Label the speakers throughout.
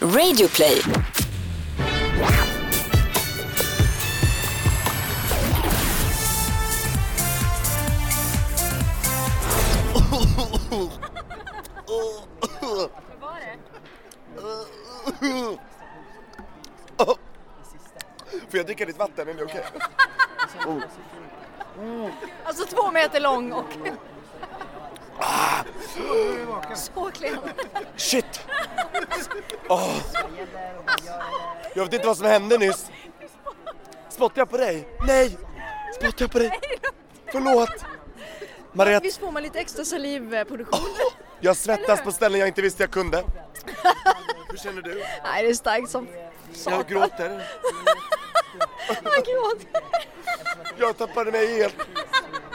Speaker 1: Radioplay.
Speaker 2: Mm. Får jag dricka ditt vatten? Är det okej?
Speaker 3: Alltså två meter lång och... Så klen.
Speaker 2: Shit! Åh. Jag vet inte vad som hände nyss. Spottade jag på dig? Nej! Spottade jag på dig? Förlåt! Mariette,
Speaker 3: Visst får man lite extra salivproduktion?
Speaker 2: jag svettas på ställen jag inte visste jag kunde. Hur känner du?
Speaker 3: Nej, det är starkt som satan.
Speaker 2: Jag gråter.
Speaker 3: Han gråter.
Speaker 2: Jag tappade mig helt.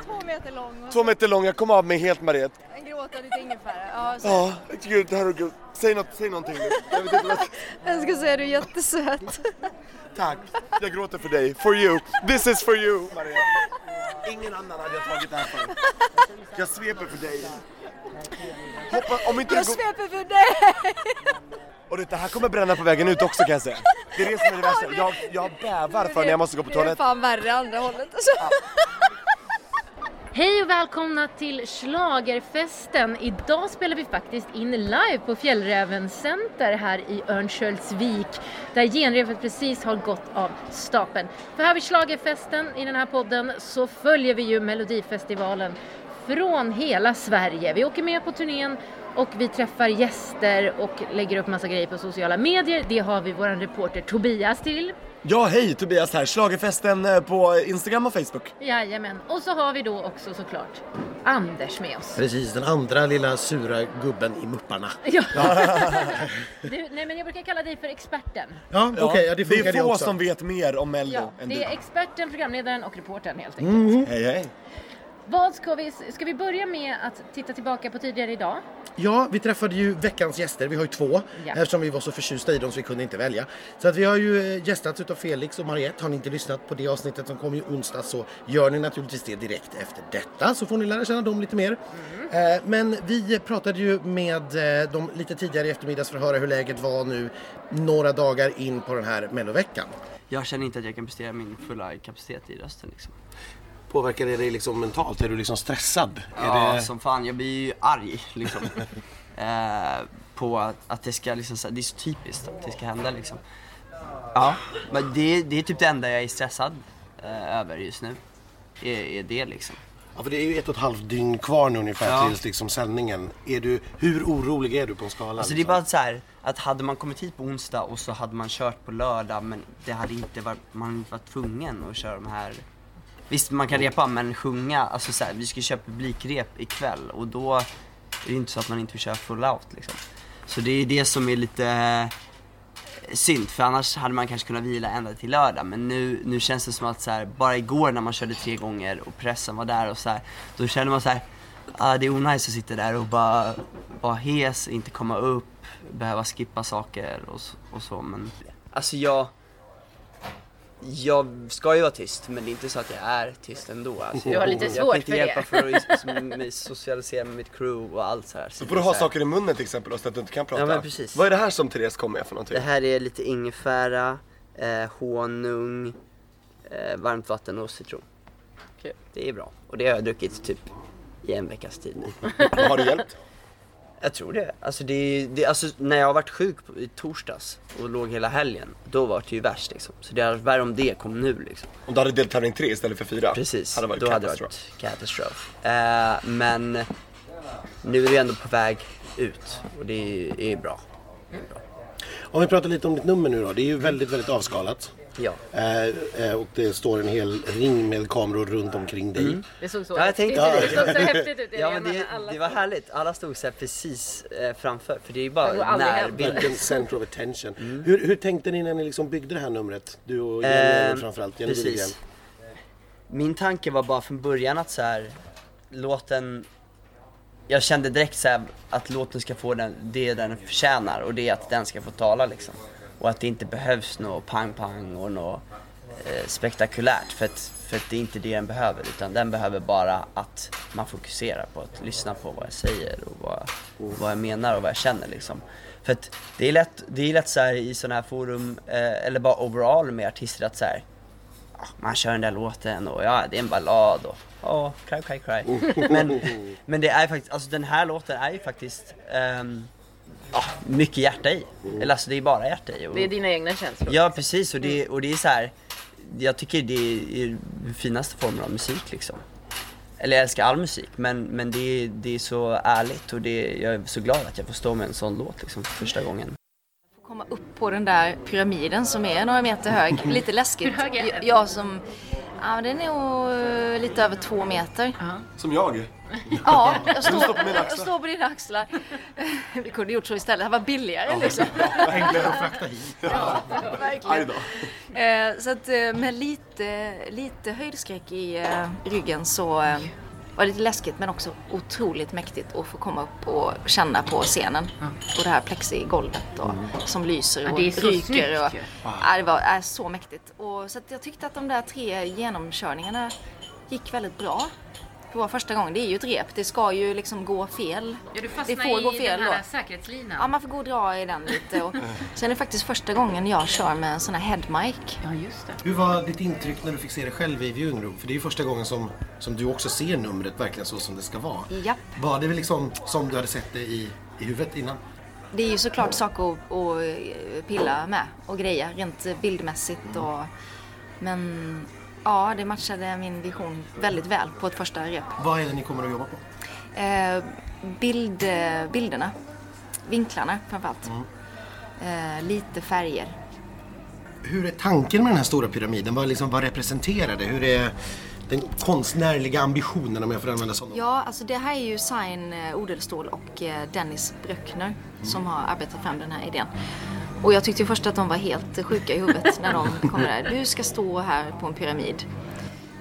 Speaker 3: Två meter lång och
Speaker 2: Två meter lång, jag kom av mig helt Mariette.
Speaker 3: han gråter lite ingefära. Ja, så-
Speaker 2: Ja, gud, herregud. Säg något, säg någonting nu. Jag vet inte vad...
Speaker 3: Jag ska säga du är jättesöt.
Speaker 2: Tack. Jag gråter för dig. For you. This is for you, Maria. Ingen annan hade jag tagit det här för. Jag sveper för dig. Hoppa, om inte du
Speaker 3: Jag
Speaker 2: går...
Speaker 3: sveper för dig!
Speaker 2: Och det här kommer bränna på vägen ut också kan jag säga. Det är det som är det värsta. Jag, jag bävar för när jag måste gå på
Speaker 3: Det är
Speaker 2: toaletten.
Speaker 3: fan värre andra hållet. Alltså.
Speaker 4: Hej och välkomna till Schlagerfesten. Idag spelar vi faktiskt in live på Fjällräven Center här i Örnsköldsvik där genrepet precis har gått av stapeln. För här vid Schlagerfesten i den här podden så följer vi ju Melodifestivalen från hela Sverige. Vi åker med på turnén och vi träffar gäster och lägger upp massa grejer på sociala medier. Det har vi vår reporter Tobias till.
Speaker 2: Ja, hej Tobias här. Schlagerfesten eh, på Instagram och Facebook.
Speaker 4: Jajamän. Och så har vi då också såklart Anders med oss.
Speaker 5: Precis, den andra lilla sura gubben i Mupparna.
Speaker 4: Ja. du, nej men jag brukar kalla dig för experten.
Speaker 5: Ja, okej, ja, det funkar
Speaker 2: är
Speaker 5: det,
Speaker 2: få
Speaker 5: också.
Speaker 2: som vet mer om Mello
Speaker 4: Ja, Mm.
Speaker 2: än
Speaker 4: det
Speaker 2: du.
Speaker 4: är experten, programledaren och reportern helt enkelt.
Speaker 2: Hej, hej.
Speaker 4: Vad ska vi, ska vi börja med att titta tillbaka på tidigare idag?
Speaker 5: Ja, vi träffade ju veckans gäster, vi har ju två.
Speaker 4: Ja.
Speaker 5: Eftersom vi var så förtjusta i dem så vi kunde inte välja. Så att vi har ju eh, gästats utav Felix och Mariette. Har ni inte lyssnat på det avsnittet som kom i onsdag så gör ni naturligtvis det direkt efter detta. Så får ni lära känna dem lite mer. Eh, Men vi pratade ju med eh, dem lite tidigare i eftermiddags för att höra hur läget var nu några dagar in på den här melloveckan.
Speaker 6: Jag känner inte att jag kan prestera min fulla kapacitet i rösten liksom.
Speaker 7: Påverkar det dig liksom mentalt? Är du liksom stressad?
Speaker 6: Ja,
Speaker 7: Är det...
Speaker 6: som fan. Jag blir ju arg liksom. eh, på att, att det ska liksom, så här- det är så typiskt att det ska hända liksom. Ja, men det, det är typ det enda jag är stressad eh, över just nu. Är, är det liksom.
Speaker 7: ja, för det är ju ett och ett halvt dygn kvar nu ungefär
Speaker 6: Ja.
Speaker 7: tills liksom sändningen. Är du... Hur orolig är du på en skala?
Speaker 6: Alltså det är
Speaker 7: liksom?
Speaker 6: bara så här att hade man kommit hit på onsdag och så hade man kört på lördag men det hade inte varit, man hade inte varit tvungen att köra de här Visst man kan repa men sjunga, alltså så här, vi ska köra publikrep ikväll och då är det inte så att man inte vill köra full out liksom. Så det är det som är lite eh, synd för annars hade man kanske kunnat vila ända till lördag men nu, nu känns det som att så här, bara igår när man körde tre gånger och pressen var där och så här, då känner man så här ah, det är onajs att sitta där och bara vara hes, inte komma upp, behöva skippa saker och, s- och så men... Alltså jag... Jag ska ju vara tyst men det är inte så att jag är tyst ändå. Alltså,
Speaker 4: Du har lite svårt
Speaker 6: jag kan inte
Speaker 4: för det.
Speaker 6: hjälpa för att s- s- socialisera med mitt crew och allt så här. Så
Speaker 2: Då får du
Speaker 6: det är så
Speaker 2: ha
Speaker 6: här-
Speaker 2: saker i munnen till exempel och så att du inte kan prata.
Speaker 6: Ja, men precis.
Speaker 2: Vad är det här som Therese kom med för någonting?
Speaker 6: Det här är lite ingefära, eh, honung, eh, varmt vatten och citron. Det är bra. Och det har jag druckit typ i en veckas tid nu.
Speaker 2: Har det hjälpt?
Speaker 6: Jag tror det. Alltså, det, det alltså när jag har varit sjuk på- i torsdags och låg hela helgen, då var det ju värst liksom. Så det hade varit värre om det kom nu liksom.
Speaker 2: Om du hade deltävling tre istället för fyra.
Speaker 6: Precis,
Speaker 2: Hade varit
Speaker 6: då hade det
Speaker 2: katastrof.
Speaker 6: varit katastrof. Eh, men nu är vi ändå på väg ut och det är, är bra.
Speaker 7: Om vi pratar lite om ditt nummer nu då. Det är ju väldigt, väldigt avskalat.
Speaker 6: Ja.
Speaker 7: Eh, eh, och det står en hel ring med kameror runt omkring dig.
Speaker 5: Mm.
Speaker 4: Det såg så,
Speaker 6: Ja, jag tänkte
Speaker 4: häftigt,
Speaker 6: det.
Speaker 4: det såg så häftigt ut.
Speaker 6: Ja men det,
Speaker 4: alla
Speaker 6: det var härligt, alla stod så här precis eh, framför för det är ju
Speaker 4: Det går
Speaker 6: bara
Speaker 4: aldrig hem.
Speaker 6: närbilder.
Speaker 7: Verkligen center of attention. Hur, hur tänkte ni när ni liksom byggde det här numret? Du och Jenny
Speaker 6: Ehm,
Speaker 7: framförallt. Jenny Widegren.
Speaker 6: Min tanke var bara från början att så här, låten... Jag kände direkt så här, att låten ska få den, det den förtjänar och det är att den ska få tala liksom. Och att det inte behövs något pang-pang och något eh, spektakulärt för att, för att det är inte det den behöver utan den behöver bara att man fokuserar på att lyssna på vad jag säger och vad, och vad jag menar och vad jag känner liksom. För att det är lätt, det är lätt så här i sådana här forum, eh, eller bara overall med artister att så här, ah, man kör den där låten och ja, det är en ballad och åh, cry cry cry. men, men det är faktiskt, alltså den här låten är ju faktiskt ehm, ah, mycket hjärta i. Eller alltså det är bara hjärta i. Och,
Speaker 4: Det är dina egna känslor.
Speaker 6: Ja precis och det, och det är så här. Jag tycker det är den finaste formen av musik liksom. Eller jag älskar all musik men, men det, är- det är så ärligt och det, jag är så glad att jag får stå med en sån låt liksom för första gången.
Speaker 1: komma upp på den där pyramiden som är några meter hög. Lite läskigt.
Speaker 4: Hur hög är den?
Speaker 1: Jag som... Ja, den är nog eh, lite över två meter.
Speaker 2: Som jag.
Speaker 1: Ja, jag står,
Speaker 2: på mina axlar.
Speaker 1: jag står på dina axlar. Eh, Vi kunde gjort så istället. Det var billigare liksom.
Speaker 5: Enklare att frakta hit.
Speaker 2: Aj då.
Speaker 1: Eh, Så att eh, med lite, lite höjdskräck i eh, ryggen så eh, var det lite läskigt men också otroligt mäktigt att få komma upp och känna på scenen. Och det här plexigolvet och, som lyser
Speaker 4: Ja,
Speaker 1: och
Speaker 4: det är så snyggt
Speaker 1: ryker. Och,
Speaker 4: ju.
Speaker 1: ja, det var är så mäktigt. Och, så att jag tyckte att de där tre genomkörningarna gick väldigt bra. Det var första gången. Det är ju ett rep. Det ska ju liksom gå fel.
Speaker 4: Ja, du
Speaker 1: det
Speaker 4: fastnar
Speaker 1: får gå
Speaker 4: i
Speaker 1: fel
Speaker 4: den
Speaker 1: då.
Speaker 4: här säkerhetslinan.
Speaker 1: Ja, man får gå och dra i den lite. Och, sen är det faktiskt första gången jag kör med en sån här headmic.
Speaker 4: Ja, just
Speaker 7: liksom-
Speaker 4: det.
Speaker 5: Hur var ditt intryck när du fick se dig själv i Viewing Room? För det är ju första gången som, som du också ser numret verkligen så som det ska vara.
Speaker 1: Japp.
Speaker 5: Var det väl liksom som du hade sett det i, i huvudet innan?
Speaker 1: Det är ju såklart saker att, att pilla med och greja rent bildmässigt och men ja, det matchade min vision väldigt väl på ett första rep.
Speaker 5: Vad är det ni kommer att jobba på?
Speaker 1: Eh, bild, eh, bilderna, vinklarna framförallt. Eh, lite färger.
Speaker 5: Hur är tanken med den här stora pyramiden? Vad, liksom, vad representerar det? Hur är den konstnärliga ambitionen om jag får använda sådana ord?
Speaker 1: Ja, alltså det här är ju Sign eh, Odelstål och eh, Dennis Bröckner som har arbetat fram den här idén. Och jag tyckte ju först att de var helt sjuka i huvudet när de kom där. Du ska stå här på en pyramid.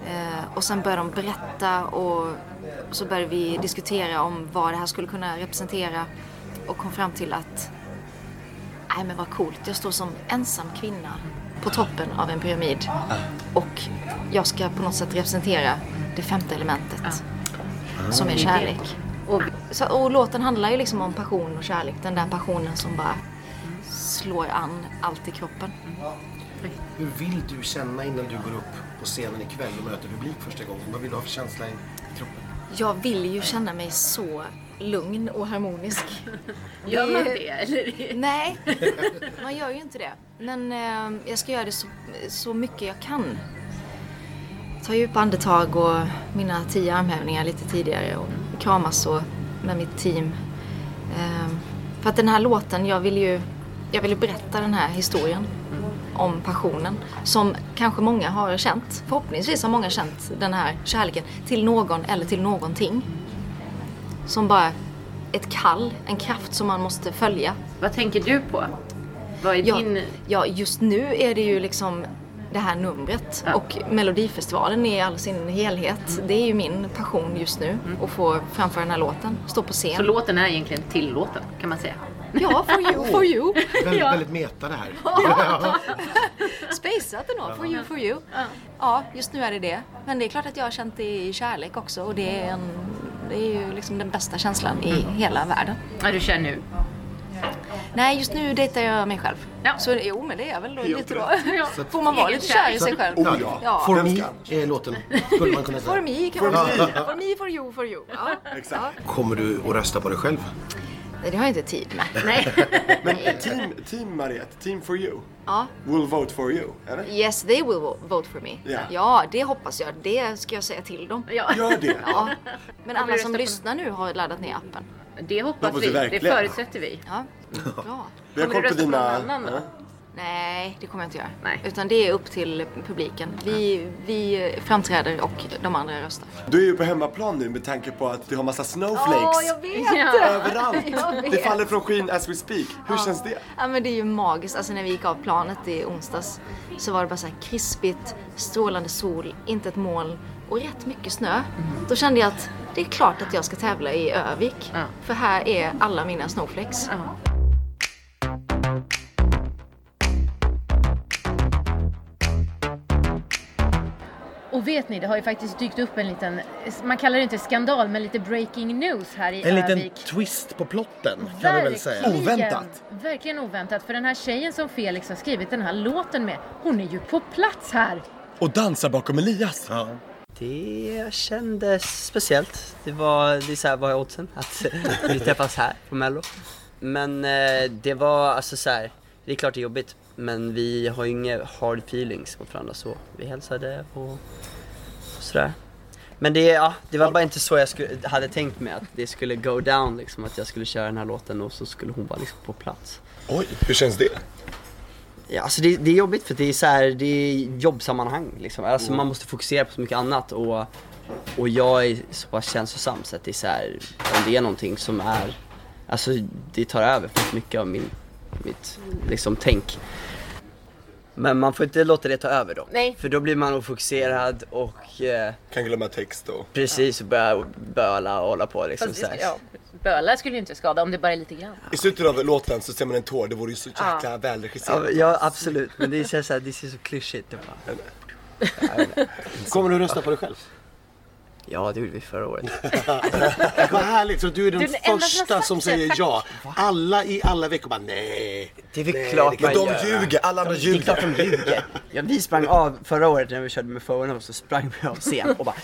Speaker 1: Eh, och sen började de berätta och så började vi diskutera om vad det här skulle kunna representera och kom fram till att nej men vad coolt, jag står som ensam kvinna på toppen av en pyramid och jag ska på något sätt representera det femte elementet som är kärlek. Mm. Och, så, och låten handlar ju liksom om passion och kärlek. Den där passionen som bara slår an allt i kroppen.
Speaker 5: Hur vill du känna innan du går upp på scenen ikväll och möter publik första gången? Vad vill du ha för känsla i i kroppen?
Speaker 1: Jag vill ju känna mig så lugn och harmonisk.
Speaker 4: Gör
Speaker 1: Det-
Speaker 4: man det? Eller?
Speaker 1: Nej, man gör ju inte det. Men eh, jag ska göra det så, så mycket jag kan. Ta djupa andetag och mina tio armhävningar lite tidigare och kramas och med mitt team. Eh, för att den här låten, jag vill ju jag vill ju berätta den här historien om passionen som kanske många har känt. Förhoppningsvis har många känt den här kärleken till någon eller till någonting. Som bara ett kall, en kraft som man måste följa
Speaker 4: Vad tänker du på? Vad är
Speaker 1: Ja,
Speaker 4: din...
Speaker 1: ja, just nu är det ju liksom det här numret och Melodifestivalen i all sin helhet. Det är ju min passion just nu att få framföra den här låten, stå på
Speaker 4: Så
Speaker 1: scen.
Speaker 4: låten är egentligen till låten, kan man säga.
Speaker 1: Ja, for you, for you.
Speaker 5: Väldigt,
Speaker 4: Ja.
Speaker 5: väldigt meta det här.
Speaker 1: Spaceat ändå, for you, for you. Ja, just nu är det det. Men det är klart att jag har känt det i kärlek också och det är, en, det är ju liksom den bästa känslan i hela världen.
Speaker 4: Ja, du kör nu.
Speaker 1: Nej, just nu dejtar jag mig själv.
Speaker 4: Ja.
Speaker 1: Så jo, men det är väl då lite då.
Speaker 4: Ja.
Speaker 1: Får man vara
Speaker 4: Egen
Speaker 1: lite kär i
Speaker 4: kärlek.
Speaker 1: sig själv?
Speaker 2: Oh ja.
Speaker 1: Ja.
Speaker 5: For
Speaker 2: Vem
Speaker 5: me
Speaker 2: ska?
Speaker 5: är låten, skulle man kunna
Speaker 1: For
Speaker 5: säga.
Speaker 1: me kan man säga. For me, for you, for you. Ja.
Speaker 2: Exakt.
Speaker 1: Ja.
Speaker 5: Kommer du att rösta på dig själv?
Speaker 1: Nej, Det har jag inte tid med.
Speaker 4: Nej.
Speaker 2: Men team, team Mariette, team for you,
Speaker 1: Ja.
Speaker 2: will vote for you, eller?
Speaker 1: Yes, they will vo- vote for me.
Speaker 2: Ja.
Speaker 1: Ja, det hoppas jag. Det ska jag säga till dem.
Speaker 4: Ja.
Speaker 2: Gör det!
Speaker 1: Ja. Men
Speaker 4: rösta
Speaker 1: alla
Speaker 4: på
Speaker 1: som
Speaker 4: dem.
Speaker 1: lyssnar nu har laddat ner appen.
Speaker 4: Det hoppas
Speaker 2: Hoppas
Speaker 4: vi.
Speaker 2: vi
Speaker 4: Det
Speaker 2: verkligen.
Speaker 4: förutsätter vi.
Speaker 1: Ja. Bra.
Speaker 2: Vi har
Speaker 4: Kommer du
Speaker 2: koll på
Speaker 4: rösta på
Speaker 2: dina...
Speaker 4: någon annan då?
Speaker 2: Ja.
Speaker 1: Nej, det kommer jag inte göra.
Speaker 4: Nej.
Speaker 1: Utan det är upp till publiken. Vi, vi framträder och de andra röstar.
Speaker 2: Du är ju på hemmaplan nu med tanke på att du har massa snowflakes
Speaker 1: vet!
Speaker 4: Ja.
Speaker 2: överallt.
Speaker 1: Jag vet.
Speaker 2: Det faller från skyn as we speak. Hur känns det?
Speaker 1: Ja men det är ju magiskt. Alltså när vi gick av planet i onsdags så var det bara så här krispigt, strålande sol, inte ett moln och rätt mycket snö. Då kände jag att det är klart att jag ska tävla i Övik.
Speaker 4: Mm. Ja.
Speaker 1: För här är alla mina snowflakes.
Speaker 4: Ja. Och vet ni, det har ju faktiskt dykt upp en liten, man kallar det inte skandal, men lite breaking news här i
Speaker 5: En liten
Speaker 4: Örnsköldsvik.
Speaker 5: twist på plotten kan vi väl säga.
Speaker 4: Verkligen-
Speaker 2: Oväntat.
Speaker 4: Verkligen oväntat. För den här tjejen som Felix har skrivit den här låten med, hon är ju på plats här.
Speaker 2: Och dansa bakom Elias.
Speaker 5: Ja.
Speaker 6: Det kändes speciellt. Det var, det är så här, vad är oddsen att vi träffas här på mello? Men eh, det var alltså så här, det är klart det är jobbigt. Men vi har ju inga hard feelings mot varandra så. Vi hälsade och, och sådär. Men det, ja, det var bara inte så jag skulle, hade tänkt mig att det skulle go down liksom. Att jag skulle köra den här låten och så skulle hon vara liksom på plats.
Speaker 8: Oj, hur känns det?
Speaker 6: Ja, alltså det, det är jobbigt för det är så här, det är jobbsammanhang liksom. Alltså man måste fokusera på så mycket annat och, och jag är så pass känslosam så att det är så här, om det är någonting som är, alltså det tar över för mycket av min, mitt liksom tänk. Men man får inte låta det ta över då.
Speaker 4: Nej.
Speaker 6: För då blir man ofokuserad och eh,
Speaker 8: Kan glömma text och...
Speaker 6: precis börjar böla och hålla på liksom så här.
Speaker 4: Ja, böla skulle ju inte skada om det bara är lite grann.
Speaker 8: I slutet av låten så ser man en tår, det vore ju så jäkla välregisserat.
Speaker 6: Ja, ja absolut, men det känns så här, det ser så klyschigt ut. bara.
Speaker 7: Kommer du rösta på dig själv?
Speaker 6: Ja, det gjorde vi förra året.
Speaker 7: Vad härligt, så du är den,
Speaker 4: Du är den enda som har
Speaker 7: första
Speaker 4: sagt
Speaker 7: som
Speaker 4: det,
Speaker 7: säger
Speaker 4: tack.
Speaker 7: ja. Alla i alla veckor bara nej.
Speaker 6: Det är väl
Speaker 7: Nej,
Speaker 6: klart
Speaker 7: det
Speaker 6: man
Speaker 7: kan-
Speaker 8: De
Speaker 6: gör.
Speaker 8: ljuger, alla andra
Speaker 6: Det är klart
Speaker 8: ljuger.
Speaker 6: de ljuger. Ja, vi sprang av förra året när vi körde med Forum så sprang vi av scen och bara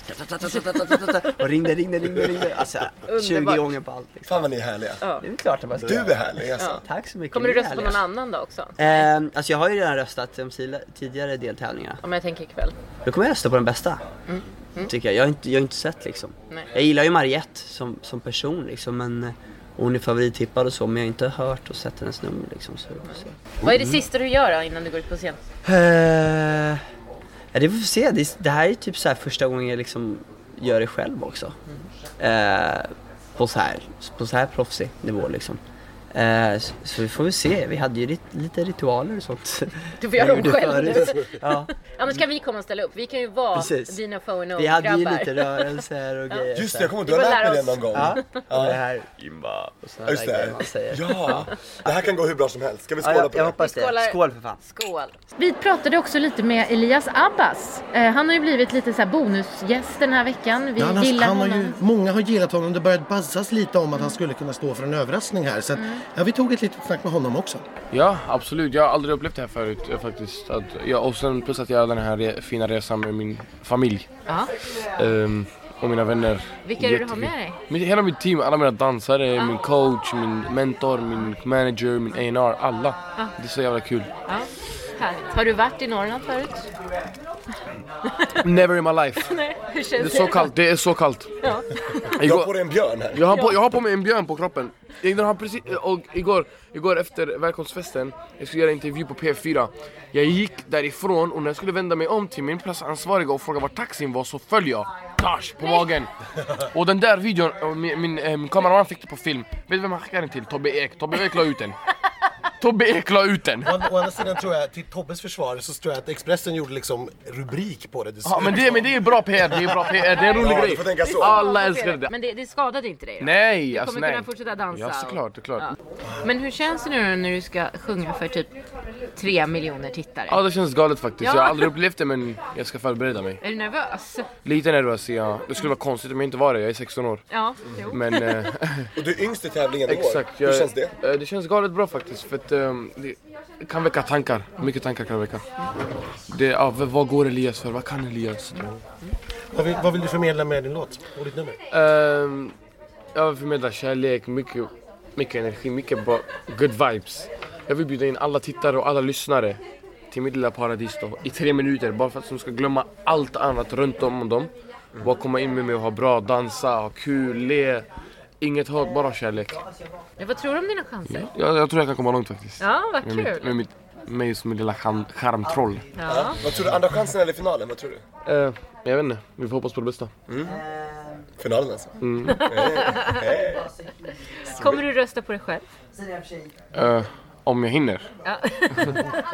Speaker 6: och ringde, ringde, ringde, ringde. Alltså 20 gånger på allt. Liksom.
Speaker 8: Fan vad ni är härliga.
Speaker 6: Det är väl klart att man ska
Speaker 8: Du
Speaker 6: göra.
Speaker 8: är härlig alltså.
Speaker 6: Tack så mycket.
Speaker 4: Kommer du
Speaker 6: Ni är
Speaker 4: rösta på någon
Speaker 6: härliga.
Speaker 4: annan då också?
Speaker 6: Eh, alltså jag har ju redan röstat i de sila- tidigare deltävlingarna.
Speaker 4: Om jag tänker ikväll.
Speaker 6: Då kommer jag rösta på den bästa. Tycker jag. Jag har inte, jag har inte sett liksom.
Speaker 4: Mm. Nej.
Speaker 6: Jag gillar ju Mariette som, som person liksom men eh, hon är favorittippad och så men jag har inte hört och sett hennes nummer liksom. Så vi får se.
Speaker 4: Vad är det sista du gör då innan du går ut på scen?
Speaker 6: Eh, ja, det får vi se. Det, det här är typ så här första gången jag liksom gör det själv också. Eh, på, så här, på så här proffsig nivå liksom. Eh, så, så vi får väl se. Vi hade ju rit, lite ritualer och sånt.
Speaker 4: Du får göra
Speaker 6: Jag
Speaker 4: dem
Speaker 6: gjorde
Speaker 4: själv nu.
Speaker 6: förut. ja,
Speaker 4: Annars kan vi komma och ställa upp. Vi kan ju vara
Speaker 6: Precis.
Speaker 4: dina phone
Speaker 6: vi hade ju
Speaker 4: grabbar.
Speaker 6: lite rörelser och grejer.
Speaker 8: Just
Speaker 6: så
Speaker 8: det, jag kommer att du
Speaker 4: Vi
Speaker 8: har
Speaker 4: får
Speaker 8: lärt
Speaker 4: lära
Speaker 8: mig det
Speaker 4: oss.
Speaker 8: någon gång.
Speaker 6: här. Ja, och det
Speaker 8: Ja.
Speaker 6: här imba och sådana
Speaker 8: Just
Speaker 6: där grejer
Speaker 8: det.
Speaker 6: man säger.
Speaker 8: Ja, det här kan gå hur bra som helst. Ska vi
Speaker 6: Ja,
Speaker 8: skåla
Speaker 6: jag,
Speaker 8: på
Speaker 6: jag
Speaker 8: det?
Speaker 6: hoppas
Speaker 4: Vi skålar.
Speaker 6: det. Skål för fan.
Speaker 4: Skål!
Speaker 9: Vi pratade också lite med Elias Abbas. Eh, han har ju blivit lite så här bonusgäst den här veckan. Vi
Speaker 5: Ja, han, har-
Speaker 9: gillar
Speaker 5: han har
Speaker 9: honom.
Speaker 5: ju, många har gillat honom. Det börjat buzzas lite om att han skulle kunna stå för en överraskning här. Så att,
Speaker 9: Mm.
Speaker 5: ja, vi tog ett litet snack med honom också.
Speaker 10: Ja, absolut. Jag har aldrig upplevt det här förut eh, faktiskt. Att, ja, och sen plus att jag gör den här re- fina resan med min familj.
Speaker 4: Ja.
Speaker 10: Ehm, och mina vänner.
Speaker 4: Vilka är det du har
Speaker 10: Jättekul.
Speaker 4: med dig?
Speaker 10: Mitt, hela mitt team, alla mina dansare, min coach, min mentor, min manager, min A&R, alla. Det är så jävla kul.
Speaker 4: Ja. Härligt. Har du varit i Norrland förut?
Speaker 10: Never in my life.
Speaker 4: Nej. Hur
Speaker 10: Det är
Speaker 4: känns
Speaker 10: så kallt, det är så kallt.
Speaker 8: Jag har på
Speaker 10: Igår,
Speaker 8: dig en björn här.
Speaker 10: jag, har på, jag har på mig en björn på kroppen. Jag, den har precis, och igår, igår efter välkomstfesten, jag skulle göra en intervju på P4. Jag gick därifrån och när jag skulle vända mig om till min platsansvariga och fråga var taxin var så föll jag. Dash på magen. Och den där videon, och min, min, eh, min kameraman fick det på film. Vet du vem han skickade den till? Tobbe Ek. Tobbe Ek la ut den. Tobbe Ek la ut den.
Speaker 7: Å andra- Å andra sidan tror jag, till Tobbes försvar, så tror jag att Expressen gjorde liksom rubrik på det. Det
Speaker 10: Ja, men, det, men det är bra PR, det är bra PR, det är en rolig
Speaker 8: Ja, du
Speaker 10: grej.
Speaker 8: får tänka så.
Speaker 10: Alla älskar det.
Speaker 4: Men det, det skadade inte dig? Då?
Speaker 10: Nej,
Speaker 4: Du
Speaker 10: alltså
Speaker 4: kommer
Speaker 10: nej.
Speaker 4: kunna fortsätta dansa?
Speaker 10: Ja,
Speaker 4: och-
Speaker 10: såklart, såklart.
Speaker 4: Ja. Men hur känns det nu då när du ska sjunga för typ tre miljoner tittare?
Speaker 10: Ja det känns galet faktiskt.
Speaker 4: Ja.
Speaker 10: Jag har aldrig upplevt det men jag ska förbereda mig.
Speaker 4: Är du nervös?
Speaker 10: Lite nervös är jag. Det skulle vara konstigt om jag inte var det. Jag är 16 år.
Speaker 4: Ja, jo.
Speaker 10: Men eh,
Speaker 8: Och du är yngst i tävlingen i år.
Speaker 10: exakt. Jag,
Speaker 8: Hur känns det?
Speaker 10: eh, Det känns galet bra faktiskt. För att eh, det kan väcka tankar. Mycket tankar kan det väcka. Det, ja, v- vad går Elias för? Vad kan Elias?
Speaker 7: Vad, vill, vad vill du förmedla med din låt och ditt nummer?
Speaker 10: Ehm, jag vill förmedla kärlek, mycket, mycket energi, mycket bra, good vibes. Jag vill bjuda in alla tittare och alla lyssnare till mitt lilla paradis då, i tre minuter. Bara för att de ska glömma allt annat runt om dem. Bara komma in med mig och ha bra, dansa, ha kul, le. Inget hat, bara kärlek.
Speaker 4: Men Vad tror du om dina chanser? Ja,
Speaker 10: Jag, jag tror jag kan komma långt faktiskt.
Speaker 4: vad
Speaker 10: Med,
Speaker 4: kul.
Speaker 10: mitt, med mitt, mig som mitt lilla charm, charmtroll.
Speaker 4: Ja.
Speaker 8: Vad tror du, andra chansen eller finalen? Vad tror du?
Speaker 10: Eh, jag vet inte, vi får hoppas på det bästa.
Speaker 8: Finalen alltså.
Speaker 4: Kommer du rösta på dig själv?
Speaker 10: Eh, om jag hinner.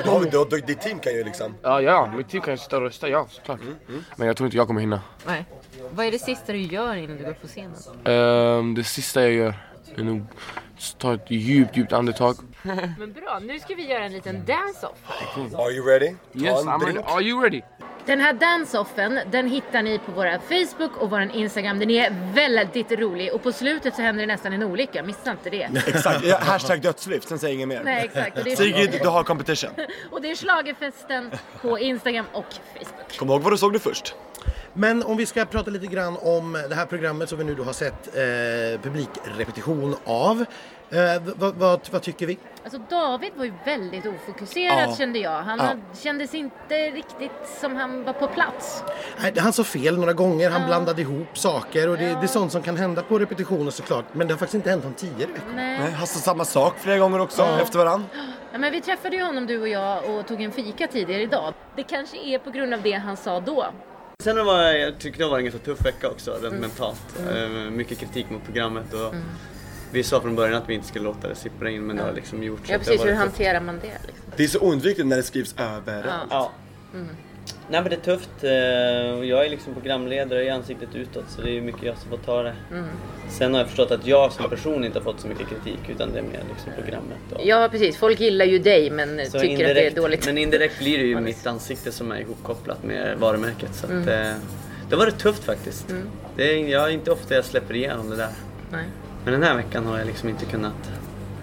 Speaker 8: Du, du, du, ditt team kan ju liksom...
Speaker 10: Ja, ja, mitt team kan ju sitta och rösta, ja såklart. Mm, Men jag tror inte jag kommer hinna.
Speaker 4: Nej. Vad är det sista du gör innan du går upp på scenen?
Speaker 10: Ehm, det sista jag gör är nog att ta ett djupt, djupt andetag.
Speaker 4: Men bra, nu ska vi göra en liten dance-off.
Speaker 8: Are you ready? Ta
Speaker 10: Yes,
Speaker 8: en
Speaker 10: I'm ready.
Speaker 8: drink.
Speaker 10: Are you ready?
Speaker 4: Den här dansoffen, den hittar ni på vår Facebook och vår Instagram. Den är väldigt rolig och på slutet så händer det nästan en olycka, missa inte det.
Speaker 2: Exakt, ja, hashtag dödslyft, sen säger jag inget mer.
Speaker 4: Nej, exakt. Och det, är,
Speaker 2: Sigrid, du har competition.
Speaker 4: och det är schlagerfesten på Instagram och Facebook.
Speaker 2: Kom ihåg vad du såg du först.
Speaker 5: Men om vi ska prata lite grann om det här programmet som vi nu då har sett eh, publikrepetition av. Eh, v- vad, vad, vad tycker vi?
Speaker 4: Alltså David var ju väldigt ofokuserad
Speaker 2: Ja.
Speaker 4: kände jag. Han
Speaker 2: Ja.
Speaker 4: hade- kändes inte riktigt som han var på plats.
Speaker 5: Nej, Han sa fel några gånger, han blandade ihop saker och det, det är sånt som kan hända på repetitioner såklart. Men det har faktiskt inte hänt om tio veckor.
Speaker 4: Nej.
Speaker 2: Nej, Han sa samma sak flera gånger också efter varann.
Speaker 4: Ja, men vi träffade ju honom du och jag och tog en fika tidigare idag. Det kanske är på grund av det han sa då.
Speaker 6: Sen var jag, jag tycker det var en ganska tuff vecka också
Speaker 4: Mm.
Speaker 6: rent mentalt. Eh, Mycket kritik mot programmet och vi sa från början att vi inte skulle låta det sippra in men det har liksom gjort så
Speaker 4: Ja
Speaker 6: att det
Speaker 4: precis,
Speaker 6: har
Speaker 4: hur
Speaker 6: varit tufft.
Speaker 4: hanterar man det? Liksom?
Speaker 8: Det är så oundvikligt när det skrivs över.
Speaker 6: Ja. Nej men det är tufft eh, och jag är liksom programledare i ansiktet utåt så det är mycket jag som får ta det.
Speaker 4: Mm.
Speaker 6: Sen har jag förstått att jag som person inte har fått så mycket kritik utan det är mer liksom programmet. Och...
Speaker 4: Ja precis, folk gillar ju dig men
Speaker 6: Så
Speaker 4: tycker att det är
Speaker 6: indirekt-
Speaker 4: dåligt.
Speaker 6: Men indirekt blir det ju mitt ansikte som är ihopkopplat med varumärket. Så att,
Speaker 4: Mm.
Speaker 6: eh, det var det tufft faktiskt. Det är, jag är inte ofta jag släpper igenom det där.
Speaker 4: Nej.
Speaker 6: Men den här veckan har jag liksom inte kunnat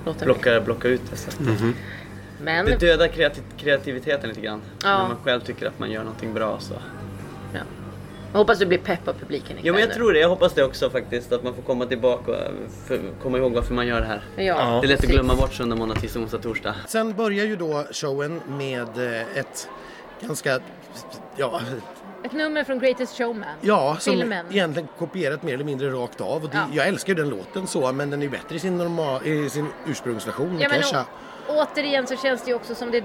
Speaker 4: Låter
Speaker 6: blocka, blocka ut det. Så att,
Speaker 4: Mm. Men
Speaker 6: Det dödar kreati- kreativiteten lite grann.
Speaker 4: Ja.
Speaker 6: När man själv tycker att man gör någonting bra så.
Speaker 4: ja. Jag hoppas du blir pepp av publiken ikväll
Speaker 6: Jo men jag
Speaker 4: nu.
Speaker 6: tror det. Jag hoppas det också faktiskt. Att man får komma tillbaka och eh, för, komma ihåg varför man gör det här.
Speaker 4: Ja,
Speaker 6: Det är lätt att
Speaker 4: precis.
Speaker 6: glömma bort söndag, måndag, tisdag, onsdag, torsdag.
Speaker 5: Sen börjar ju då showen med eh, ett ganska, ja,
Speaker 4: Ett nummer från Greatest Showman.
Speaker 5: ja som
Speaker 4: Filmen.
Speaker 5: egentligen kopierat mer eller mindre rakt av. Och det,
Speaker 4: Ja.
Speaker 5: Jag älskar ju den låten så, men den är ju bättre i sin, normal, i sin ursprungsversion med
Speaker 4: Ja, men
Speaker 5: Kesha.
Speaker 4: å- återigen så känns det ju också som det är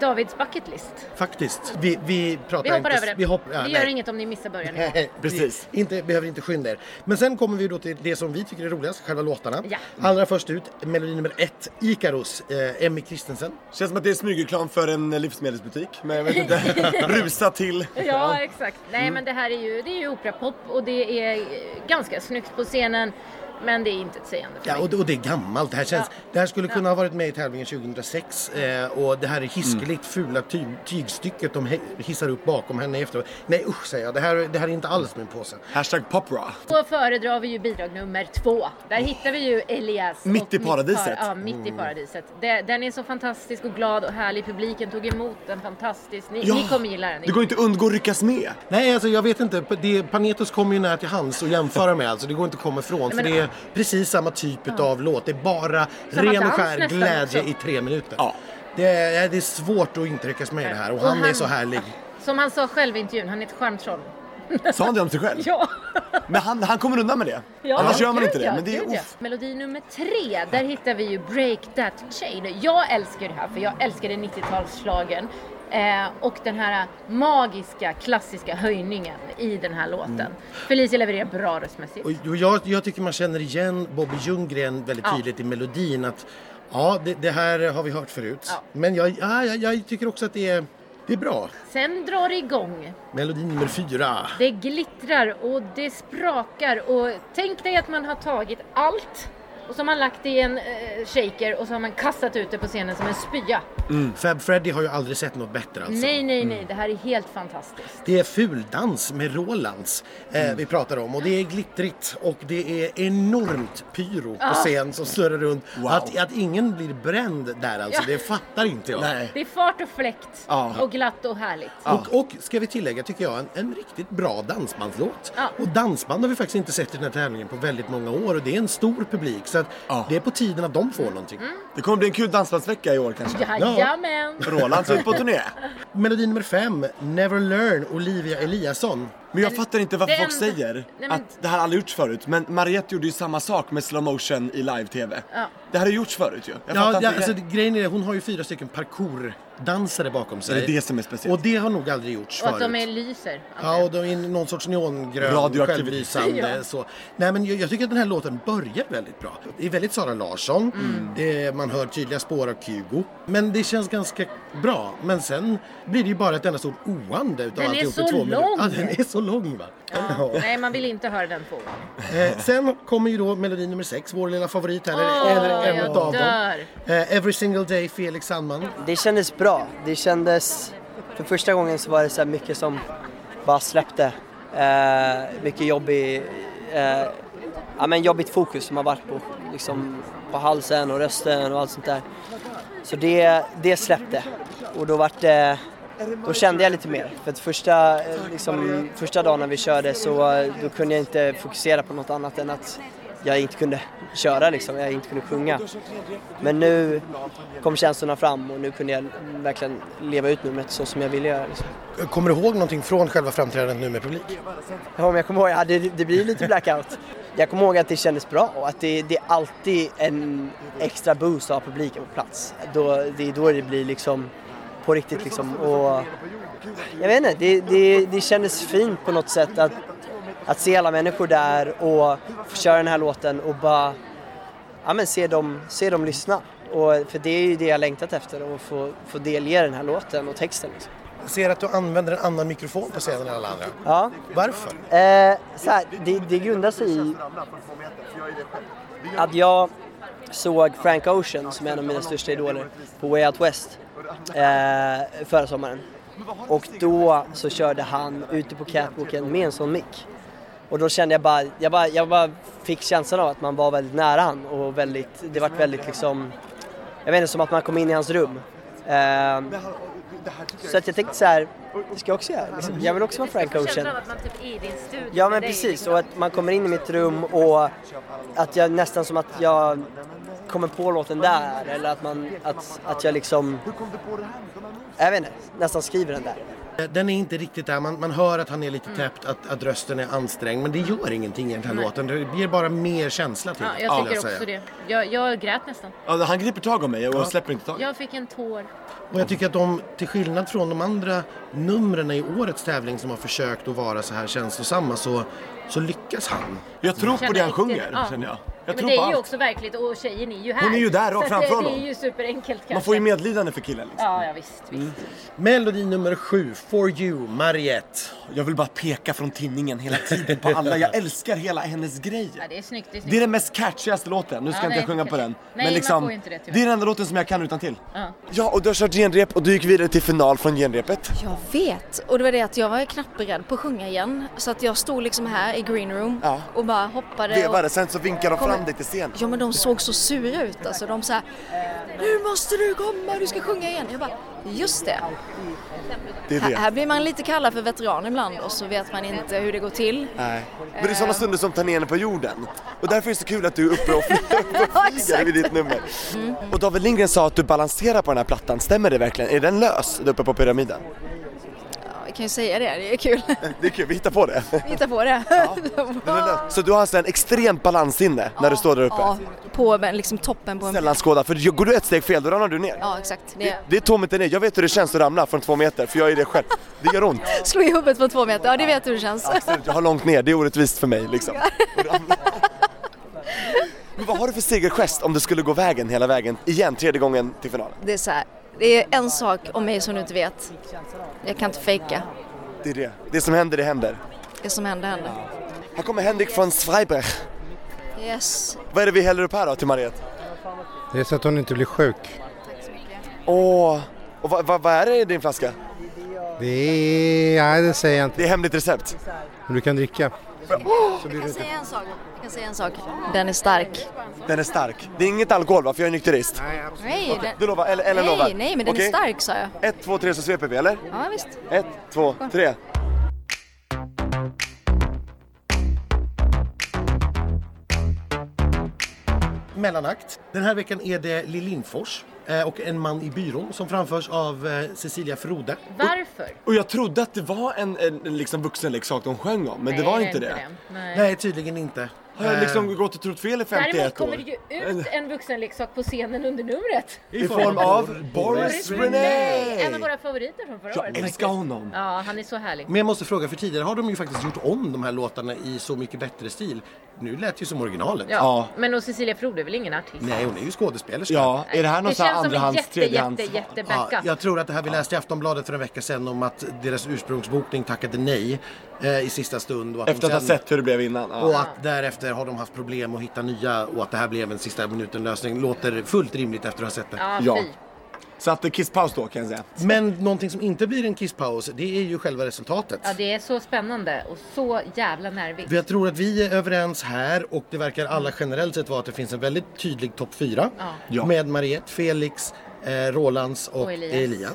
Speaker 4: Davids bucket list.
Speaker 5: Faktiskt. Vi, vi pratar
Speaker 4: Vi hoppar
Speaker 5: inte...
Speaker 4: över det.
Speaker 5: Vi, hoppar, ja,
Speaker 4: det
Speaker 5: nej.
Speaker 4: gör inget om ni missar början. imorgon.
Speaker 5: Nej,
Speaker 2: Precis.
Speaker 5: vi Inte, behöver inte skynda er. Men sen kommer vi då till det som vi tycker är roligast, själva låtarna.
Speaker 4: Ja.
Speaker 5: Allra först ut, melodi nummer ett, Ikaros, eh, Emmy Christensen.
Speaker 2: Känns som att det är smygreklam för en eh, livsmedelsbutik, men jag vet inte. Rusa till.
Speaker 4: Ja, exakt. Nej,
Speaker 5: Mm.
Speaker 4: men det här är ju, det är ju operapop och det är eh, ganska snyggt på scenen. Men det är inte ett sägande för
Speaker 5: Ja,
Speaker 4: mig.
Speaker 5: och, och det är gammalt. Det här, känns,
Speaker 4: Ja.
Speaker 5: det här skulle kunna ha varit med i tävlingen 2006 eh, och det här är hiskeligt fula ty, tygstycket de he, hissar upp bakom henne efter. Nej usch säger jag, det här, det här är inte alls min påse.
Speaker 2: Hashtag popra.
Speaker 4: Då föredrar vi ju bidrag nummer två. Där hittar vi ju Elias.
Speaker 2: Mitt i
Speaker 4: och par-
Speaker 2: paradiset. Mm.
Speaker 4: ja, mitt i paradiset. Det- Den är så fantastisk och glad och härlig. Publiken tog emot den fantastiskt. Ni, ni kommer gilla den.
Speaker 2: Det går inte att undgå att ryckas med.
Speaker 5: Nej alltså jag vet inte, det, Panetos kommer ju nära till hands att jämföra med alltså. Det går inte att komma ifrån för
Speaker 4: men-
Speaker 5: det är precis samma typ av låt. Det är bara
Speaker 4: Samma
Speaker 5: ren och
Speaker 4: dans
Speaker 5: skär
Speaker 4: nästan
Speaker 5: glädje
Speaker 4: också.
Speaker 5: i tre minuter.
Speaker 2: Ja.
Speaker 5: Det, är, det är svårt att inte ryckas med i det här och, han, är så härlig.
Speaker 4: Som han sa själv i intervjun, han är ett charmtroll.
Speaker 2: Sa han det om sig själv?
Speaker 4: Ja.
Speaker 2: Men han, han kommer undan med det.
Speaker 4: Ja,
Speaker 2: Annars gör man
Speaker 4: gud
Speaker 2: inte det.
Speaker 4: ja,
Speaker 2: Men det är
Speaker 4: gud ja.
Speaker 2: uff.
Speaker 4: Melodi nummer tre, där hittar vi ju Break That Chain. Jag älskar det här för jag älskade 90-talsschlagern. Eh, och den här magiska, klassiska höjningen i den här låten.
Speaker 2: Mm.
Speaker 4: Felicia levererar bra röstmässigt.
Speaker 5: Och och jag, jag tycker man känner igen Bobby Ljunggren väldigt
Speaker 4: Ja.
Speaker 5: tydligt i melodin. att Ja, det, det här har vi hört förut.
Speaker 4: Ja.
Speaker 5: Men jag, ja, jag, jag tycker också att det är, det är bra.
Speaker 4: Sen drar det igång.
Speaker 5: Melodi nummer fyra.
Speaker 4: Det glittrar och det sprakar. Och tänk dig att man har tagit allt och så har man lagt det i en eh, shaker och så har man kastat ut det på scenen som en spya.
Speaker 5: Fab Freddy har ju aldrig sett något bättre alltså.
Speaker 4: Nej, nej, nej. Det här är helt fantastiskt.
Speaker 5: Det är fuldans med Rolands eh,
Speaker 4: Mm.
Speaker 5: vi pratar om och det är glittrigt och det är enormt pyro på scen som snurrar runt. Att, att ingen blir bränd där alltså,
Speaker 4: Ja.
Speaker 5: det fattar inte jag.
Speaker 4: Det är fart och fläkt
Speaker 2: Ja.
Speaker 4: och glatt och härligt.
Speaker 5: Och, och ska vi tillägga, tycker jag, en, en riktigt bra dansbandslåt.
Speaker 4: Ja.
Speaker 5: Och dansband har vi faktiskt inte sett i den här tävlingen på väldigt många år och det är en stor publik så att
Speaker 2: Ja. Mm.
Speaker 5: det är på tiden att de får någonting.
Speaker 2: Det kommer bli en kul dansbandsvecka i år kanske.
Speaker 4: Jajamän!
Speaker 2: Roland ska ut på turné.
Speaker 5: Melodi nummer fem, Never Learn, Olivia Eliasson.
Speaker 2: Men jag fattar inte varför
Speaker 4: det
Speaker 2: folk
Speaker 4: enda-
Speaker 2: säger
Speaker 4: men-
Speaker 2: att det här aldrig gjorts förut. Men Mariette gjorde ju samma sak med slow motion i live-tv. Det här har gjorts förut ju. Jag fattar
Speaker 5: Ja,
Speaker 2: inte
Speaker 5: ja,
Speaker 2: det.
Speaker 5: alltså, grejen är det, hon har ju fyra stycken parkourdansare bakom sig.
Speaker 2: det det som är speciellt?
Speaker 5: Och det har nog aldrig gjorts
Speaker 4: Och
Speaker 5: förut.
Speaker 4: att de är lyser. antar
Speaker 5: Ja,
Speaker 4: jag.
Speaker 5: och de är någon sorts neongrön,
Speaker 2: Radioaktivitet.
Speaker 5: självlysande. Så. Nej, men jag, jag tycker att den här låten börjar väldigt bra. Det är väldigt Sara Larsson.
Speaker 4: Mm.
Speaker 5: Det, man hör tydliga spår av Kygo. Men det känns ganska bra. Men sen blir det ju bara ett enda stort oande
Speaker 4: Den
Speaker 5: utav
Speaker 4: är
Speaker 5: alltihop i
Speaker 4: så
Speaker 5: två
Speaker 4: lång.
Speaker 5: minuter. Ja, den är så lång va? Ja.
Speaker 4: Nej, man vill inte höra den två gånger.
Speaker 5: Eh, sen kommer ju då melodi nummer sex, vår lilla favorit här.
Speaker 4: Åh,
Speaker 5: eller en
Speaker 4: jag
Speaker 5: utav dem.
Speaker 4: dör.
Speaker 5: Eh, Every single day, Felix Sandman.
Speaker 6: Det kändes bra. Det kändes För första gången så var det så här mycket som bara släppte. Eh, mycket jobbig, eh, ja, men jobbigt fokus som har varit på, liksom, på halsen och rösten och allt sånt där. Så det, det släppte och då vart det då kände jag lite mer. För att första, eh, liksom, första dagen när vi körde så eh, då kunde jag inte fokusera på något annat än att jag inte kunde köra liksom, jag inte kunde sjunga. Men nu kom känslorna fram och nu kunde jag verkligen leva ut numret så som jag ville göra. Liksom.
Speaker 5: Kommer du ihåg någonting från själva framträdandet nu med publik?
Speaker 6: Ja, men jag kommer ihåg, ja, det, det blir lite blackout. Jag kommer ihåg att det kändes bra och att det, det är alltid en extra boost av publiken på plats. Då, det är då det blir liksom på riktigt liksom. Och, jag vet inte, det, det, det kändes fint på något sätt att, att se alla människor där och få köra den här låten och bara ja, men se, dem, se dem lyssna. Och, för det är ju det jag längtat efter, att få, få delge den här låten och texten. Liksom.
Speaker 5: Jag ser att du använder en annan mikrofon på scenen än alla andra.
Speaker 6: Ja.
Speaker 5: Varför?
Speaker 6: Eh, så här, det, det grundar sig i att jag såg Frank Ocean, som är en av mina största idoler, på Way Out West eh, förra sommaren. Och då så körde han ute på catwalken med en sån mick. Och då kände jag bara, jag bara, jag bara fick känslan av att man var väldigt nära han och väldigt, det vart väldigt liksom, jag vet inte, som att man kom in i hans rum. Eh, så att jag tänkte så här, det ska jag också göra. Liksom. Jag vill också vara Frank Ocean.
Speaker 4: Känslan av att man typ är i din studio
Speaker 6: Ja men
Speaker 4: med dig,
Speaker 6: precis,
Speaker 4: liksom.
Speaker 6: och att man kommer in i mitt rum och att jag nästan som att jag kommer på låten där eller att, man, att, att jag liksom, jag vet inte, nästan skriver den där.
Speaker 5: Den är inte riktigt där. Man, man hör att han är lite täppt, att, att rösten är ansträngd. Men det gör ingenting i den här
Speaker 4: Mm. Nej.
Speaker 5: låten. Det ger bara mer känsla till
Speaker 4: Ja,
Speaker 5: det,
Speaker 4: jag
Speaker 5: skulle
Speaker 4: tycker
Speaker 5: säga.
Speaker 4: också det. Jag, jag grät nästan.
Speaker 5: Ja, han griper tag om mig och släpper inte taget.
Speaker 4: Jag fick en tår.
Speaker 5: Och jag tycker att de, till skillnad från de andra numren i årets tävling som har försökt att vara så här känslosamma så, så lyckas han.
Speaker 11: Jag tror på
Speaker 4: Känner
Speaker 11: det han
Speaker 4: riktigt-
Speaker 11: sjunger,
Speaker 4: ja.
Speaker 11: känner jag.
Speaker 4: Ja,
Speaker 11: Jag
Speaker 4: men
Speaker 11: tror
Speaker 4: det
Speaker 11: på
Speaker 4: är ju
Speaker 11: allt.
Speaker 4: också verkligt och tjejen är ju här.
Speaker 11: Hon är ju där, rakt
Speaker 4: Så att det-
Speaker 11: framför
Speaker 4: Det är
Speaker 11: honom.
Speaker 4: ju superenkelt kanske.
Speaker 11: Man får ju medlidande för killen. Liksom.
Speaker 4: Ja, ja visst. Mm.
Speaker 5: Melodi nummer sju, For You, Mariette.
Speaker 11: Jag vill bara peka från tinningen hela tiden på alla. Jag älskar hela hennes grej.
Speaker 4: Ja, det är snyggt. Det är snyggt.
Speaker 11: Det är den mest catchigaste låten. Nu ska
Speaker 4: Ja,
Speaker 11: inte
Speaker 4: nej,
Speaker 11: jag sjunga på
Speaker 4: kanske.
Speaker 11: den. liksom,
Speaker 4: Nej, man får ju inte det, tyvärr.
Speaker 11: är den enda låten som jag kan utan till.
Speaker 4: Ja.
Speaker 2: Ja, och du har kört genrep och du gick vidare till final från genrepet.
Speaker 1: Jag vet! Och det var det att jag var knappt beredd på att sjunga igen. Så att jag stod liksom här i green room
Speaker 2: Ja.
Speaker 1: och bara hoppade.
Speaker 2: Vevade,
Speaker 1: och...
Speaker 2: sen så vinkade de
Speaker 1: Kommer-
Speaker 2: fram dig till scen.
Speaker 1: Ja men de såg så sura ut alltså. De sa Nu måste du komma, du ska sjunga igen. Jag bara, just det.
Speaker 2: Det är
Speaker 1: Här,
Speaker 2: det.
Speaker 1: här blir man lite kallad för veteran ibland och så vet man inte hur det går till.
Speaker 2: Nej. Men det är
Speaker 1: Eh.
Speaker 2: sådana stunder som tar ner en på jorden. Och därför är det så kul att du är uppe och flyger vid ditt nummer. Och David Lindgren sa att du balanserar på den här plattan, stämmer det verkligen? Är den lös där uppe på pyramiden?
Speaker 1: Ja, jag kan ju säga det, det är kul.
Speaker 2: Det är kul, vi hittar på det.
Speaker 1: Vi hittar på det.
Speaker 2: Den är lös. Så du har alltså en extremt balanssinne när du står där
Speaker 1: Ja,
Speaker 2: uppe?
Speaker 1: på en- liksom toppen på en...
Speaker 2: Sällan skåda, för går du ett steg fel då ramlar du ner.
Speaker 1: Ja exakt, det
Speaker 2: Det är tomt ner. jag vet hur det känns att ramla från två meter, för jag är det själv. Det gör ont.
Speaker 1: slog i huvudet på två meter, ja det vet du hur det känns.
Speaker 2: Jag har långt ner, det är orättvist för mig liksom. Och ramla. Men vad har du för segergest om du skulle gå vägen hela vägen igen, tredje gången till finalen?
Speaker 1: Det är så här. Det är en sak om mig som du inte vet. Jag kan inte fejka.
Speaker 2: Det är det. Det som händer, det händer.
Speaker 1: Det som händer händer.
Speaker 2: Här kommer Henrik från Freiberg.
Speaker 1: Yes.
Speaker 2: Vad är det vi häller upp här då till Mariette?
Speaker 12: Det är så att hon inte blir sjuk.
Speaker 2: Åh, och vad, vad, vad är det i din flaska?
Speaker 12: Det är... Nej, det säger jag inte.
Speaker 2: Det är hemligt recept.
Speaker 12: Men du kan dricka.
Speaker 1: Jag kan säga en sak. Jag kan säga en sak. Den är stark.
Speaker 2: Den är stark. Det är inget alkohol va, för jag är nykterist? Nej,
Speaker 1: Nej, den...
Speaker 2: Du lovar, eller, eller
Speaker 1: nej,
Speaker 2: lovar?
Speaker 1: nej, men den är
Speaker 2: Okej.
Speaker 1: stark sa jag.
Speaker 2: Ett, två, tre så sveper vi, eller?
Speaker 1: Ja, visst.
Speaker 2: Ett, två, tre.
Speaker 5: Mellanakt. Den här veckan är det Lill Lindfors eh, och En man i byrån som framförs av eh, Cecilia Frode.
Speaker 4: Varför?
Speaker 11: Och jag trodde att det var en, en, en liksom vuxenleksak de sjöng om, men det var inte det.
Speaker 4: Nej.
Speaker 5: Nej, tydligen inte. Eh,
Speaker 11: Har jag liksom gått och trott fel i 51
Speaker 4: Däremot kommer
Speaker 11: år?
Speaker 4: det ju ut en vuxenleksak på scenen under numret.
Speaker 11: I form av Boris
Speaker 4: Nej,
Speaker 11: Renee!
Speaker 4: En av våra favoriter från förra
Speaker 5: Jag
Speaker 4: året.
Speaker 5: älskar
Speaker 4: faktiskt.
Speaker 5: honom.
Speaker 4: Ja, han är så härlig.
Speaker 5: Men jag måste fråga, för tidigare har de ju faktiskt gjort om de här låtarna i så mycket bättre stil. Nu lät det ju som originalet.
Speaker 4: Ja. Men och Cecilia Frode är väl ingen artist?
Speaker 5: Nej, hon är ju skådespelerska.
Speaker 11: Ja, är det här
Speaker 4: någon Det så här känns som en andrahands, jätte, tredjehands- jätte, jätte backup.
Speaker 5: Ja, jag tror att det här vi läste i Aftonbladet för en vecka sedan om att deras ursprungsbokning tackade nej eh, i sista stund. Och att de
Speaker 11: Efter att ha
Speaker 5: sen-
Speaker 11: sett hur det blev innan. ja.
Speaker 5: Och att därefter har de haft problem att hitta nya och att det här blev en sista minuten lösning låter fullt rimligt efter att ha sett det.
Speaker 11: Ja, Ja. fy.
Speaker 2: Så att det är kisspaus då kan jag säga.
Speaker 5: Men någonting som inte blir en kisspaus, det är ju själva resultatet.
Speaker 4: Ja, det är så spännande och så jävla nervigt.
Speaker 5: Jag tror att vi är överens här och det verkar alla generellt sett vara att det finns en väldigt tydlig topp fyra.
Speaker 4: Ja. Ja.
Speaker 5: Med Mariette, Felix, eh, Rolands och,
Speaker 4: Och Elias.
Speaker 5: Elias.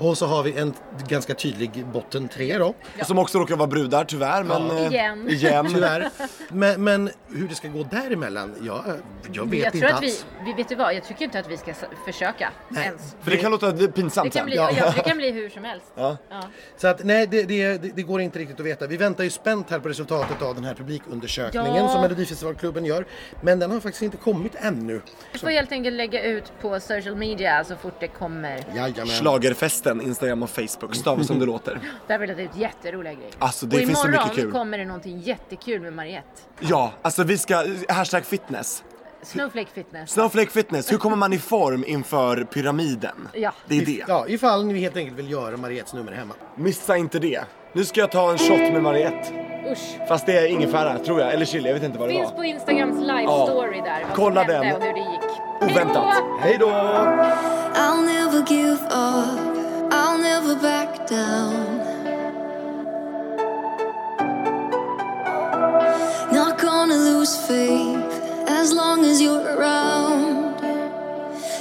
Speaker 4: Ja.
Speaker 5: Och så har vi en ganska tydlig botten tre då.
Speaker 4: Ja.
Speaker 5: Som också råkar vara brudar tyvärr.
Speaker 4: men, eh, Igen. igen.
Speaker 5: Tyvärr. Men, men hur det ska gå däremellan, jag, jag vet
Speaker 4: jag
Speaker 5: inte
Speaker 4: tror att vi,
Speaker 5: alls.
Speaker 4: vi, vet du vad, jag tycker inte att vi ska s- försöka ens.
Speaker 5: För det kan låta pinsamt
Speaker 4: Det kan, bli,
Speaker 2: Liksom.
Speaker 4: ja. det kan bli hur som helst.
Speaker 5: Ja.
Speaker 4: Ja.
Speaker 5: Så att nej, det, det, det det går inte riktigt att veta. Vi väntar ju spänt här på resultatet av den här publikundersökningen
Speaker 4: Ja.
Speaker 5: som Melodifestivalklubben gör. Men den har faktiskt inte kommit ännu.
Speaker 4: Vi får helt enkelt lägga ut på social media så fort det kommer.
Speaker 5: Jajamän.
Speaker 2: Schlagerfesten, Instagram och Facebook. Stav som det låter.
Speaker 4: Där har vi lagt ut jätteroliga grejer.
Speaker 2: Alltså, det
Speaker 4: och
Speaker 2: finns så
Speaker 4: imorgon
Speaker 2: mycket kul.
Speaker 4: kommer det någonting jättekul med Mariette.
Speaker 2: Ja, alltså vi ska... Hashtag fitness.
Speaker 4: Snowflake fitness.
Speaker 2: Snowflake fitness, hur kommer man i form inför pyramiden?
Speaker 4: Ja.
Speaker 2: Det är det.
Speaker 5: Ja, ifall ni helt enkelt vill göra Mariettes nummer hemma.
Speaker 2: Missa inte det. Nu ska jag ta en shot med Mariette.
Speaker 4: Usch.
Speaker 2: Fast det är ingefära, tror jag. Eller chili, jag vet inte vad det
Speaker 4: Finns
Speaker 2: var.
Speaker 4: på Instagrams live
Speaker 2: Ja.
Speaker 4: story där. vad som
Speaker 2: Kolla
Speaker 4: hände
Speaker 2: den.
Speaker 4: Och hur det gick.
Speaker 2: Oväntat. Hej då!
Speaker 13: I'll never give up. I'll never back down. Not gonna lose faith as long as you're around.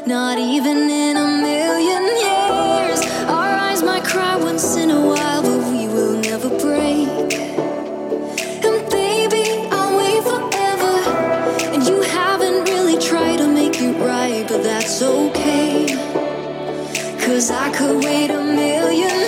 Speaker 13: Not even in a million years. Our eyes might cry once in a while, but we will never break. And baby, I'll wait forever. And you haven't really tried to make it right, but that's okay. Cause I could wait a million